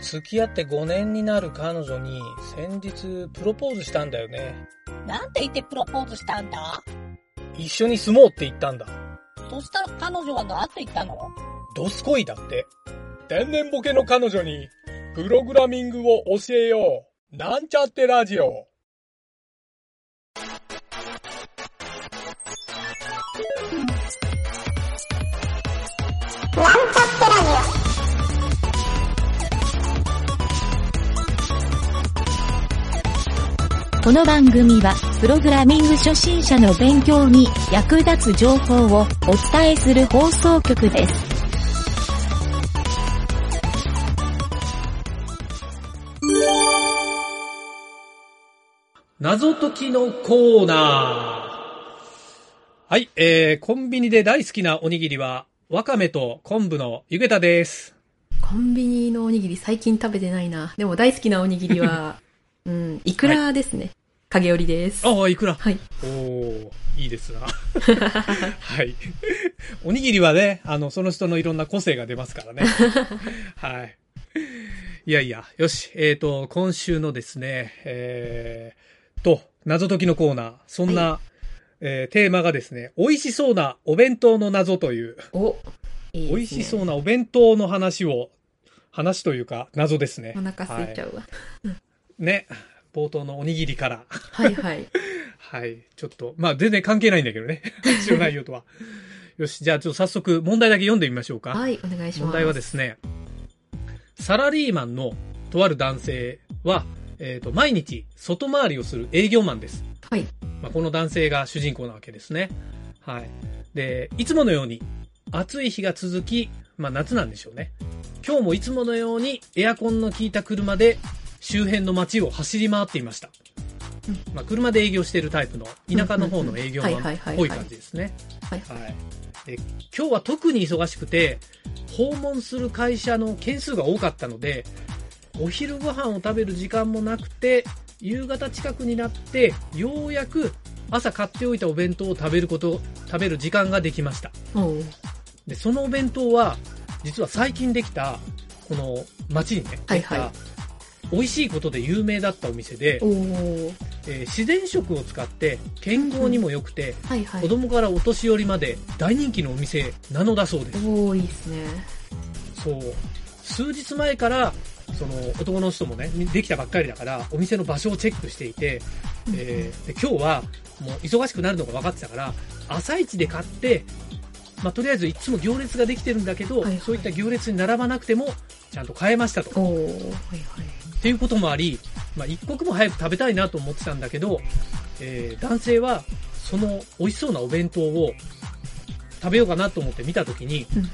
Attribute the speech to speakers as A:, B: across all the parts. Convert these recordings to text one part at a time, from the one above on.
A: 付き合って5年になる彼女に先日プロポーズしたんだよね。
B: なんて言ってプロポーズしたんだ
A: 一緒に住もうって言ったんだ。
B: そしたら彼女は何て言ったの
A: ドスコイだって。天然ボケの彼女にプログラミングを教えよう。なんちゃってラジオ。
C: この番組は、プログラミング初心者の勉強に役立つ情報をお伝えする放送局です。
A: 謎解きのコーナー。はい、えー、コンビニで大好きなおにぎりは、わかめと昆布のゆげたです。
D: コンビニのおにぎり最近食べてないな。でも大好きなおにぎ りは、うん、いくらですね。影織です。
A: ああ、いくら。
D: はい。
A: おおいいですな。 はい。おにぎりはね、あの、その人のいろんな個性が出ます からね。はい。いやいや、よし。えっ、と、今週のですね、えー、と、謎解きのコーナー、そんな、えーテーマがですね、美味しそうなお弁当の謎という、
D: お、いいですね
A: 美味しそうなお弁当の話を、話というか、謎ですね
D: お。腹空いちゃうわ。
A: ね。冒頭のおにぎりから。
D: はい、はい。
A: はい。ちょっと、まあ、全然関係ないんだけ どね。知らないよとは。よし、じゃあ、ちょっと早速、問題だけ読んでみましょうか。
D: はい、お願いします。
A: 問題はですね、サラリーマンのとある男性は、えっ、と、毎日、外回りをする営業マンです。
D: はい。
A: まあ、この男性が主人公なわけですね。はい。で、いつものように、暑い日が続き、まあ、夏なんでしょうね。今日もいつものように、エアコンの効いた車で、周辺の街を走り回っていました。
D: う
A: まあ、車で営業してるタイプの田舎の方の営業マン
D: うんうんうんはいは
A: っ
D: いはい
A: ぽい感じですね。
D: はい
A: はい。で、今日は特に忙しくて、訪問する会社の件数が多かったので、お昼ご飯を食べる時間もなくて、夕方近くになって、ようやく朝買っておいたお弁当を食べること、食べる時間ができました。
D: おう
A: で、そのお弁当は、実は最近できた、この町にね、
D: はいはい
A: できた美味しいことで有名だったお店で、
D: おう
A: えー自然食を使って健康にも良くて、
D: はい、は
A: 子
D: い。
A: 供からお年寄りまで大人気のお店なのだそうです。
D: おーいいですね。
A: そう。数日前から、その男の人もね、できたばっかりだから、お店の場所をチェックしていて、えーで今日はもう忙しくなるのが分かってたから、朝一で買って、まあ、とりあえずいつも行列ができてるんだけど、
D: はいはい
A: そういった行列に並ばなくても、ちゃんと買えましたと。
D: おーはい、はい。
A: っていうこともあり、まあ、一刻も早く食べたいなと思ってたんだけど、えー男性はその美味しそうなお弁当を食べようかなと思って見た時に、
D: うん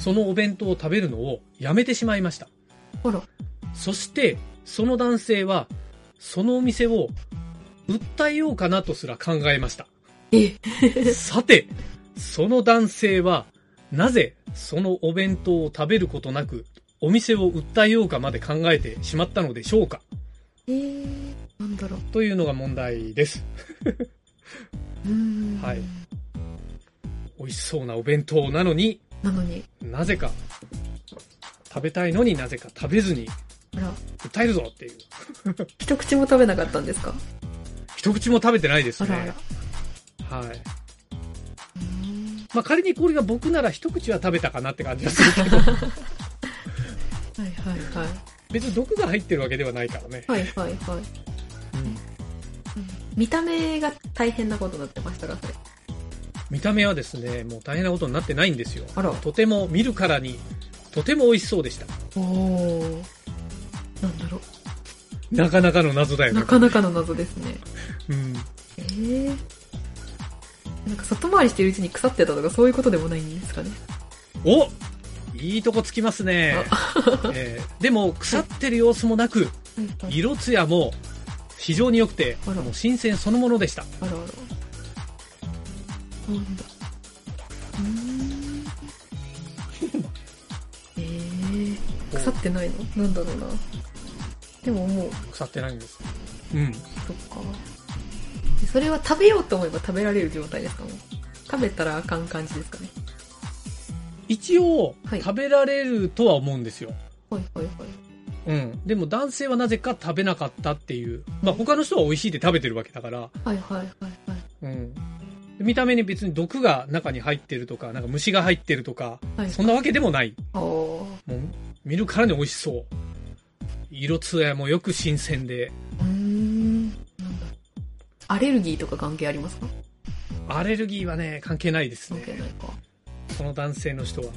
A: そのお弁当を食べるのをやめてしまいました
D: ほら、
A: そしてその男性はそのお店を訴えようかなとすら考えました
D: え、
A: さて、その男性は、なぜそのお弁当を食べることなく、お店を訴えようかまで考えてしまったのでしょうか
D: えー、なんだろう。
A: というのが問題です。
D: うーん。
A: はい美味しそうなお弁当なのに、
D: なのに、
A: なぜか、食べたいのになぜか食べずに、
D: あら、
A: 訴えるぞっていう。
D: 一口も食べなかったんですか
A: 一口も食べてないです
D: あ
A: ね。
D: らあ
A: は
D: ら。
A: い。
D: うーん
A: まあ、仮にこれが僕なら一口は食べたかなって感じがするけ ど、
D: はい、はい、はい。
A: 別に毒が入ってるわけではないからね。
D: はい、はい、は
A: う
D: い。
A: ん
D: 見た目が大変なことになってましたが、それ。
A: 見た目はですね、もう大変なことになってないんですよ。
D: あら。
A: とても見るからに、とても美味しそうでした。
D: おお。なんだろ
A: なかなかの謎だ
D: う。
A: よね。
D: なかなかの謎ですね。
A: うん。
D: えー。なんか外回りしてるうちに腐ってたとかそういうことでもないんですかね。
A: おいいとこつきますね。えーでも、腐ってる様子もなく、
D: はい。
A: 色艶も非常に良くて、
D: あら
A: もう新鮮そのものでした。
D: あらあら。なんだ。うーん。えー。腐ってないのなんだろうな。でももう、
A: 腐ってないんです。うん。
D: そっか。でそれは食べようと思えば食べられる状態ですかもう食べたらあかん感じですかね。
A: 一応、
D: はい
A: 食べられるとは思うんですよ。
D: はいはいはい。
A: うん。でも男性はなぜか食べなかったっていう。まあ他の人は美味しいで食べてるわけだから。
D: はいはいはいはい。
A: うん。で見た目に別に毒が中に入ってるとか、なんか虫が入ってるとか、
D: はい
A: そんなわけでもない。
D: おー
A: もう見るからに美味しそう。色艶もよく新鮮で。
D: うーん。なんだアレルギーとか関係ありますか
A: アレルギーはね、関係ないです
D: 関
A: ね。
D: 係ないか。
A: この男性の人は、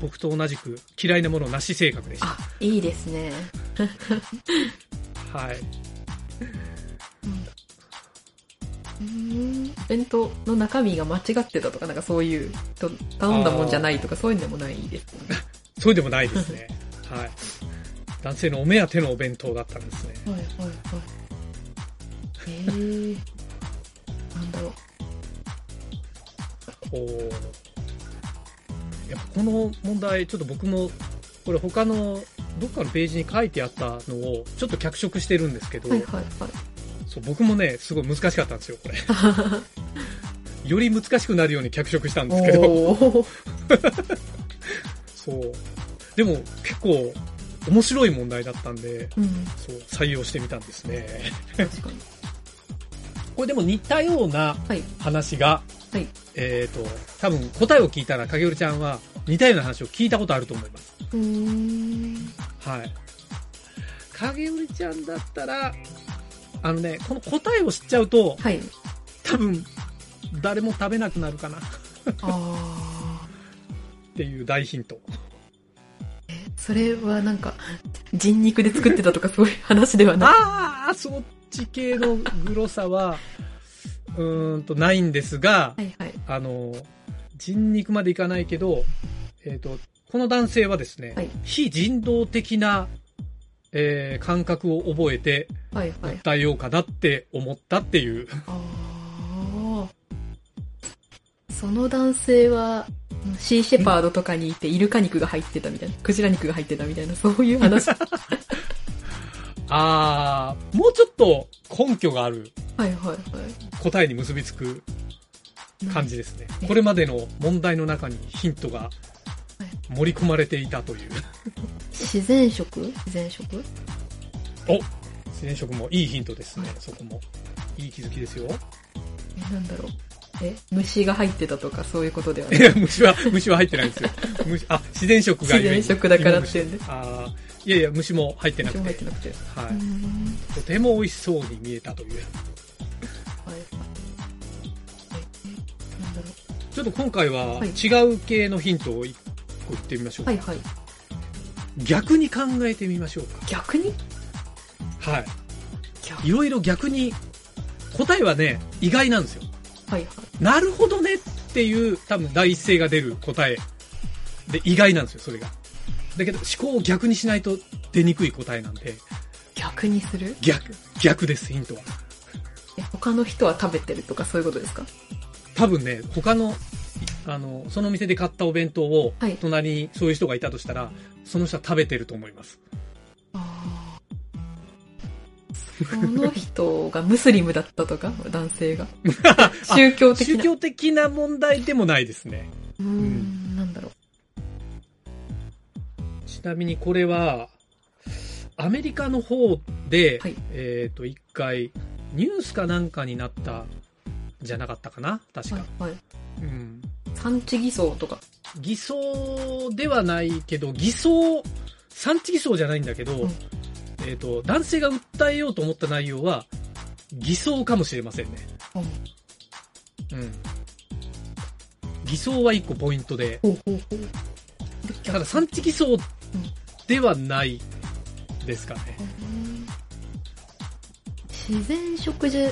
A: 僕と同じく嫌いなものなし性格でした。
D: あ、いいですね。
A: はい。
D: うーん。弁当の中身が間違ってたとか、なんかそういう、と頼んだもんじゃないとか、そういうのもないですね。
A: そうでもないです ね。はい。男性のお目当てのお弁当だったんですね。
D: はいはいはい。えー。なんだろう。
A: おーやっぱこの問題、ちょっと僕も、これ他のどっかのページに書いてあったのをちょっと脚色してるんですけど、
D: はいはいはい。
A: そう僕もね、すごい難しかったんですよ、こ れ。より難しくなるように脚色したんですけど、
D: おー
A: そう。でも結構面白い問題だったんで、
D: うん、
A: そう、採用してみたんですね。
D: 確かに。
A: これでも似たような
D: はい。
A: 話が、
D: はい
A: えっ、と、多分答えを聞いたら影織ちゃんは似たような話を聞いたことあると思います。
D: うーん。
A: はい。影織ちゃんだったら、あのね、この答えを知っちゃうと、
D: はい。
A: 多分、誰も食べなくなるかなっ
D: あ
A: ていう大ヒント。
D: ー。それはなんか、人肉で作ってたとかそういう話ではない。
A: ああ、そっち系のグロさは、うーんと、ないんですが、
D: はいはい。
A: あの、人肉までいかないけど、えっ、と、この男性はですね、
D: はい
A: 非人道的な、えー感覚を覚えて、
D: はいはい。
A: 訴えようかなって思ったっていう。
D: あー。その男性は、シーシェパードとかにいて、イルカ肉が入ってたみたいな、クジラ肉が入ってたみたいな、そういう 話。はい
A: あー、もうちょっと根拠がある
D: はいはい。
A: 答えに結びつく感じですね。これまでの問題の中にヒントが盛り込まれていたという。
D: 自然食自然食
A: 自然食もいいヒントですね
D: は、い
A: そこも。いい気づきですよ。
D: え、なんだろう。え、虫が入ってたとかそういうことではない
A: い。や、虫は、虫は入ってないんですよ。虫、あ、自然食が
D: 自然食だからっていうんで。
A: ああ、いやいや、虫も入ってな
D: 虫
A: く
D: も
A: て。
D: 入ってなくて。
A: は
D: うー
A: い。
D: ん
A: とても美味しそうに見えたという。
D: はい。えなんだろ
A: ちょっと今回は
D: はい
A: 違う系のヒントを一個言ってみましょう
D: う。
A: か。
D: はいはい。
A: 逆に考えてみましょうか。
D: 逆に
A: はい。
D: 逆
A: いろいろ逆に、答えはね、意外なんですよ。
D: はいはい。
A: なるほどねっていう、多分第一声が出る答え。で、意外なんですよ、それが。だけど、思考を逆にしないと出にくい答えなんで、
D: 逆にする
A: 逆、逆です、ヒントは。
D: え、他の人は食べてるとかそういうことですか
A: 多分ね、他の、あの、その店で買ったお弁当を
D: はい、
A: 隣にそういう人がいたとしたら、その人は食べてると思います。
D: ああ。その人がムスリムだったとか男性が。宗教的
A: 宗
D: な。
A: 教的な問題でもないですね。
D: うーん、なんだろう。
A: ちなみにこれは、アメリカの方で、
D: はい
A: えっ、と、一回、ニュースかなんかになった、じゃなかったかな確か。
D: はいはい。
A: うん。
D: 産地偽装とか。
A: 偽装ではないけど、偽装、産地偽装じゃないんだけど、
D: うん
A: えっ、と、男性が訴えようと思った内容は、偽装かもしれませんね。
D: うん
A: うん。偽装は一個ポイントで、
D: ほうほうほう。で
A: ただ
D: 逆
A: 産地偽装ではないですかね。
D: 自然食じゃ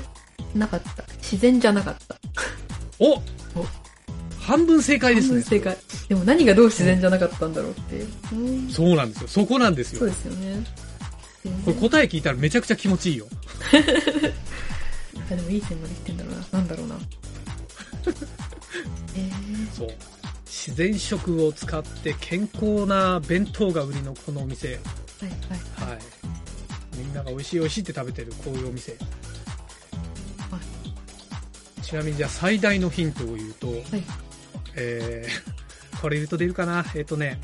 D: なかった。自然じゃなかった。
A: お半分正解です
D: 半
A: ね
D: 分。正解。でも何がどう自然じゃなかったんだろうっていう。うん
A: そうなんですよ。そこなんです
D: そう
A: よ。
D: ですよね。
A: これ答え聞いたらめちゃくちゃ気持ちいいよ。
D: あでもいい線までいってんだろうな。なんだろうな。えー、
A: そう。自然食を使って健康な弁当が売りのこのお店。
D: はいはいはい。
A: はい。みんなが美味しい美味しいって食べてるこういうお店。ちなみにじゃあ最大のヒントを言うと、
D: はい
A: えー、これ言うと出るかなえっ、とね、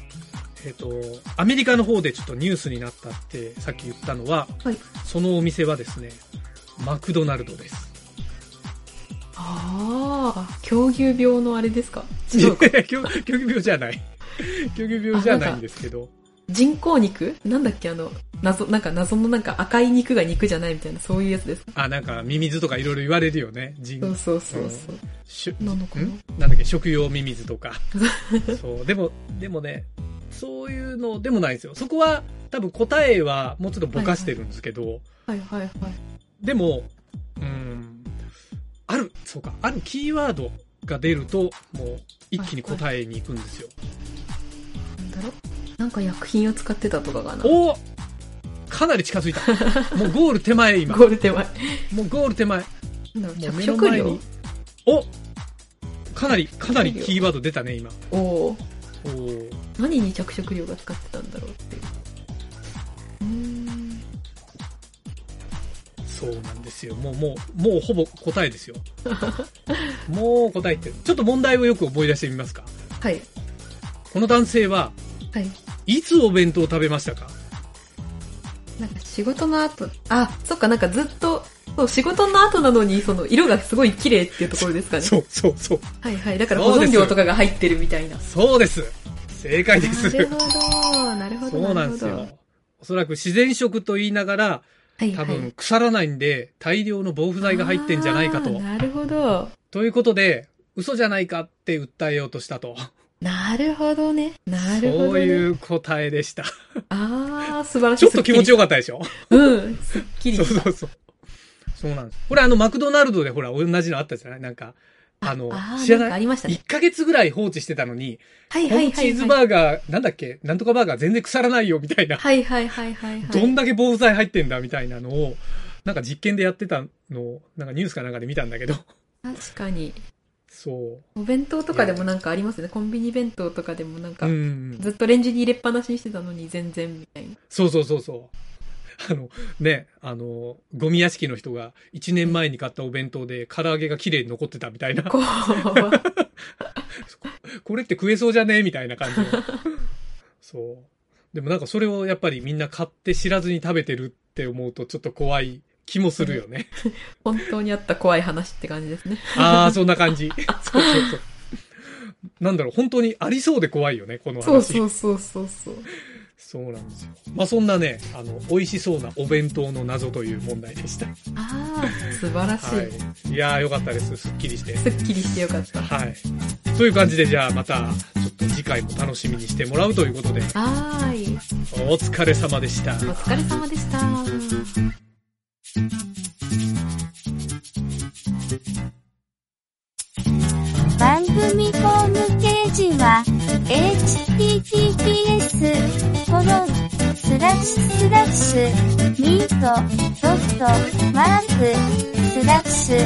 A: ええっと、アメリカの方でちょっとニュースになったってさっき言ったのは、
D: はい
A: そのお店はですね、マクドナルドです。
D: ああ、狂牛病のあれですか
A: い
D: 違
A: や
D: うか
A: 狂狂気病じゃない。 狂気病じゃないんですけど、
D: 人工肉なんだっけあの、謎、なんか謎のなんか赤い肉が肉じゃないみたいな、そういうやつですか
A: あ、なんかミミズとかいろいろ言われるよね。人
D: そうそうそうそう。
A: しゅ
D: なのかなん
A: なんだっけ、食用ミミズとか。 そう。でも、でもね、そういうのでもないんですよ。そこは多分答えはもうちょっとぼかしてるんですけど、
D: はいはいはい。
A: でも、うん、ある、そうか、あるキーワードが出ると、もう一気に答えに行くんですよ。
D: なんだろなんか薬品を使ってたとかかな。
A: おおかなり近づい た。もうゴール手前今。
D: ゴール手前。
A: もうゴール手前。も
D: なんだ
A: う目
D: ろ着
A: の
D: 色
A: 前
D: 料
A: に。おかなり、かなりキーワード出たね、今。
D: おおー。
A: おー
D: 何に着色料が使ってたんだろうっていう。うーん。
A: そうなんですよ。もう、もう、もうほぼ答えですよ。 もう答えってる。ちょっと問題をよく思い出してみますか。
D: はい。
A: この男性は、
D: はい。
A: いつお弁当を食べましたか
D: なんか仕事の後、あ、そっか、なんかずっと、そう、仕事の後なのに、その、色がすごい綺麗っていうところですかね。
A: そうそうそう。
D: はいはい。だから
A: そ
D: 保
A: うです
D: 存料とかが入ってるみたいな。
A: そうです。正解 です。
D: なるほど、なるほど。
A: そうなんです
D: るほ
A: よ
D: ど。
A: おそらく自然食と言いながら、
D: はいは
A: 多
D: い。
A: 分腐らないんで、大量の防腐剤が入ってんじゃないか
D: あー
A: と。
D: なるほど。
A: ということで、嘘じゃないかって訴えようとしたと。
D: なるほどね。なるほど、ね。
A: そういう答えで した。
D: ああ、素晴らし
A: ち
D: い。
A: ょっと気持ちよ
D: か
A: か
D: っ
A: ったでしょ
D: た。うん、すっきり
A: そう
D: した。
A: そうそう。そうなんです。これあの、マクドナルドでほら、同じのあったじゃないなんか、あの
D: あ、ー
A: 知ら
D: んか
A: な
D: あ
A: い
D: りましたね。
A: 1ヶ月ぐらい放置してたのに、
D: はい
A: こ
D: は
A: の
D: い
A: チ
D: はい、
A: ーズ
D: はい。
A: バーガー、なんだっけなんとかバーガー全然腐らないよ、みたいな。
D: はいはいはいはいはい。
A: どんだけ防腐剤入ってんだ、みたいなのを、なんか実験でやってたのを、なんかニュースかなんかで見たんだけど。
D: 確かに。
A: そ
D: お弁当とかでもなんかありますね。コンビニ弁当とかでもなん
A: う。
D: か、
A: うん。
D: ずっとレンジに入れっぱなしにしてたのに全然みたいな。
A: そうそうそうそう。あの、ね、あの、ゴミ屋敷の人が1年前に買ったお弁当で唐揚げが綺麗に残ってたみたいな。
D: こう。
A: これって食えそうじゃねえみたいな感じ のそう。でもなんかそれをやっぱりみんな買って知らずに食べてるって思うとちょっと怖い気もするよね。
D: 本当にあった怖い話って感じですね。
A: ああ、そんな感じ。 そうそうそう。なんだろう、本当にありそうで怖いよね、この話。
D: そうそうそうそうそう。
A: そうなんですよ。まあそんなね、あの、美味しそうなお弁当の謎という問題でした。は
D: ああ、 素晴らしい。
A: い。いやーよかったです。すっきりして。
D: すっきりしてよかった。
A: はい。という感じで、じゃあまた、ちょっと次回も楽しみにしてもらうということで、
D: はーい。
A: お疲れ様でした。
D: お疲れ様でした。
E: 番組ホームページは https コロンスラッシュスラッシュミートドットマークスラッシュ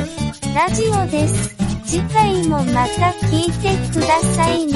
E: ラジオです。次回もまた聞いてくださいね。